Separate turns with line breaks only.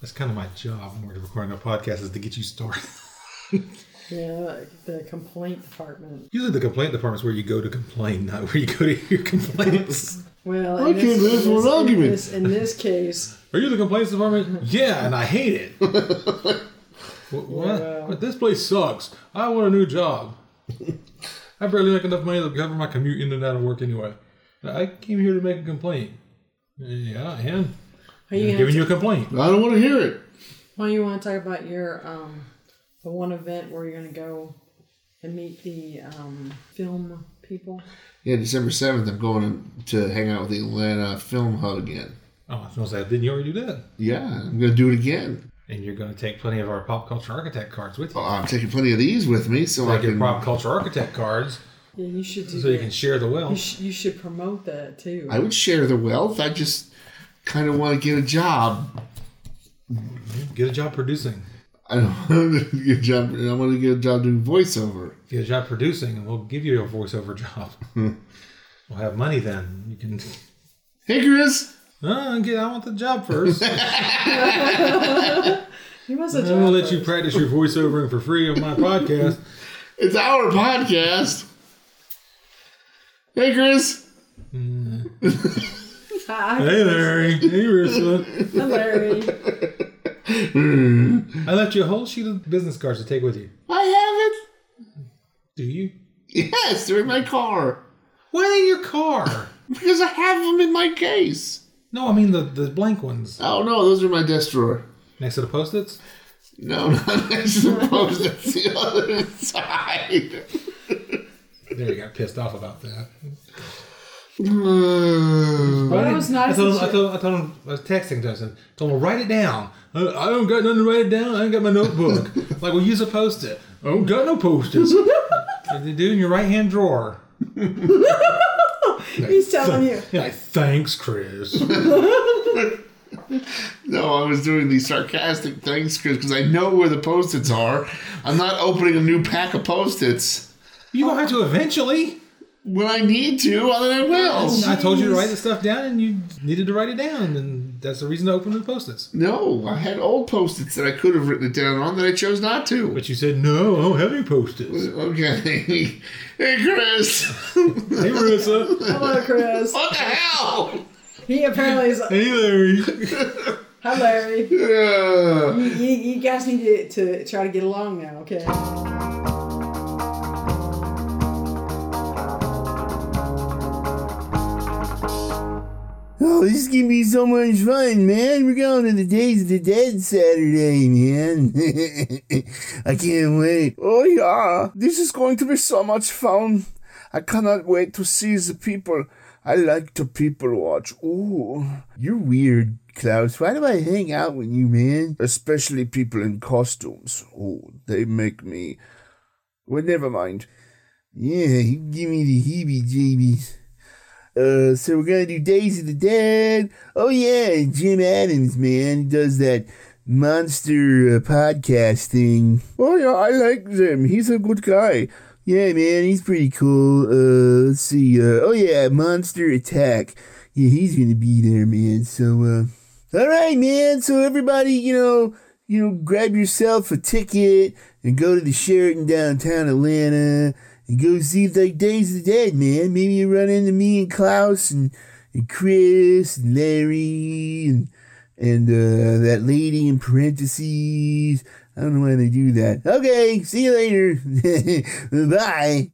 That's kind of my job when we're recording a podcast is to get you started.
Yeah, the complaint department.
Usually, the complaint department is where you go to complain, not where you go to hear complaints.
Well,
I
in
can't
in
listen with
in
argument.
this, in this case,
Are you the complaints department? Yeah, and I hate it. what? what?
Yeah.
But this place sucks. I want a new job. I barely make enough money to cover my commute in and out of work anyway. I came here to make a complaint. Yeah, and
why you
I'm
gonna-
giving you a complaint.
I don't want to hear it.
why you want to talk about your um, the one event where you're going to go and meet the um, film people?
Yeah, December seventh, I'm going to hang out with the Atlanta Film Hub again.
Oh, I was like, didn't you already do that?
Yeah, I'm going to do it again.
And you're going to take plenty of our pop culture architect cards with you.
Well, I'm taking plenty of these with me, so I
Like your
can.
pop culture architect cards,
Yeah, you should do
so you
that.
can share the
you,
wealth.
sh- you should promote that too.
I would share the wealth. I just kind of want to get a job.
Get a job producing.
I don't want to get a job. I want to get a job doing voiceover.
Get a job producing, and we'll give you a voiceover job. we'll have money then. You can.
Hey, Chris.
Oh, okay, I want the job first. and
He was a
then we'll
job
let you
first.
practice your voiceovering for free on my podcast.
It's our podcast. Hey, Chris.
Hi,
Hey, Larry. Hey, Ursula.
hi, Ah, Larry.
I left you a whole sheet of business cards to take with you.
I have
Do you?
it. Yes, they're in my car
Why are they in your car?
because I have them in my case.
No, I mean the, the blank ones
Oh no, those are my desk drawer.
next to the post its.
No, not I suppose that's the other side.
There, you got pissed off about that.
Uh,
Well,
That
I
was
didn't-
nice
I told,
that
him, I, told, I told him, I was texting Justin. told him, write it down. I I don't got nothing to write it down. I ain't got my notebook. like, well, use a post it. I don't got no post its. you do in your right hand drawer.
He's telling you.
You're like, thanks, Chris.
no, I was doing these sarcastic things, Chris, because I know where the post-its are. I'm not opening a new pack of post-its.
You're going to have to eventually.
When I need to, well, then I will.
I told you to write the stuff down, and you needed to write it down. And that's the reason to open the post its.
No, I had old post-its that I could have written it down on that I chose not to.
But you said, no, I don't have any post its.
Okay. Hey, Chris.
hey, Marissa.
Hello, Chris.
What the hell?
He apparently is.
hey, Larry.
Hi, Larry.
Uh,
You, you guys need to, to try to get along now, okay?
Oh, this is gonna be so much fun, man. We're going to the Days of the Dead Saturday, man. I can't wait.
Oh yeah, this is going to be so much fun. I cannot wait to see the people. I like to people watch. Ooh,
You're weird, Klaus. Why do I hang out with you, man?
especially people in costumes. Oh, they make me. Well, never mind.
Yeah, you give me the heebie jeebies. Uh, so we're gonna do Days of the Dead. Oh yeah, Jim Adams, man, he does that monster uh, podcast thing.
Oh yeah, I like them. He's a good guy.
Yeah, man, he's pretty cool. Uh, let's see. Uh, oh yeah, Monster Attack. Yeah, he's gonna be there, man. So, uh, all right, man. So everybody, you know, you know, grab yourself a ticket and go to the Sheraton downtown Atlanta and go see the Days of the Dead, man. Maybe you run into me and Klaus and, and Chris and Larry and and uh, that lady in parentheses. I don't know why they do that. Okay, see you later. Bye.